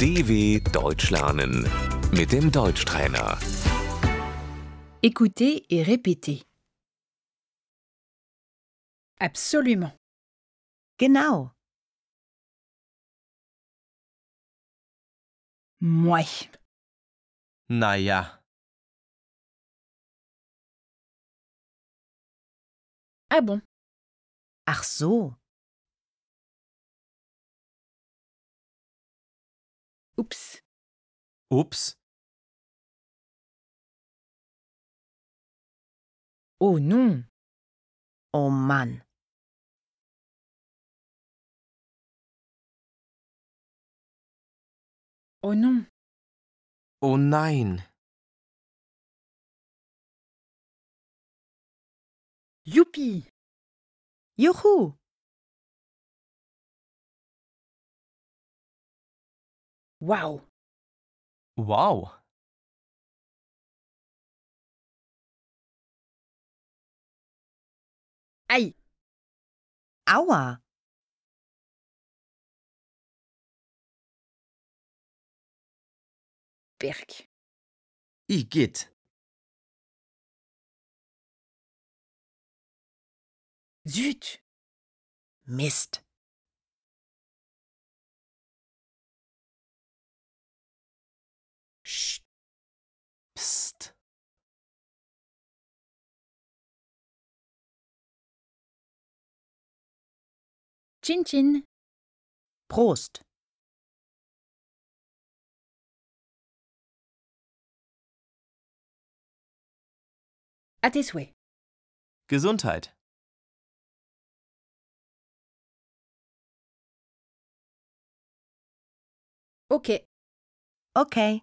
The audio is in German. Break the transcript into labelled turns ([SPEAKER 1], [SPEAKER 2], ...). [SPEAKER 1] DW Deutsch lernen mit dem Deutschtrainer.
[SPEAKER 2] Écoutez et répétez. Absolument.
[SPEAKER 3] Genau.
[SPEAKER 2] Moi.
[SPEAKER 4] Naja,
[SPEAKER 2] Ah bon
[SPEAKER 3] Ach so.
[SPEAKER 2] Oups.
[SPEAKER 4] ups,
[SPEAKER 3] Oh non. Oh Mann.
[SPEAKER 2] Oh non.
[SPEAKER 4] oh nein,
[SPEAKER 2] Youpi.
[SPEAKER 3] Juhu.
[SPEAKER 2] Waouh.
[SPEAKER 4] wow,
[SPEAKER 2] Aïe.
[SPEAKER 3] Aua.
[SPEAKER 2] Perk.
[SPEAKER 4] igitt,
[SPEAKER 2] Zut.
[SPEAKER 3] Mist.
[SPEAKER 2] Chut.
[SPEAKER 4] pst,
[SPEAKER 2] Chin chin.
[SPEAKER 3] Prost.
[SPEAKER 2] À tes souhaits.
[SPEAKER 4] Gesundheit,
[SPEAKER 2] Ok.
[SPEAKER 3] Okay.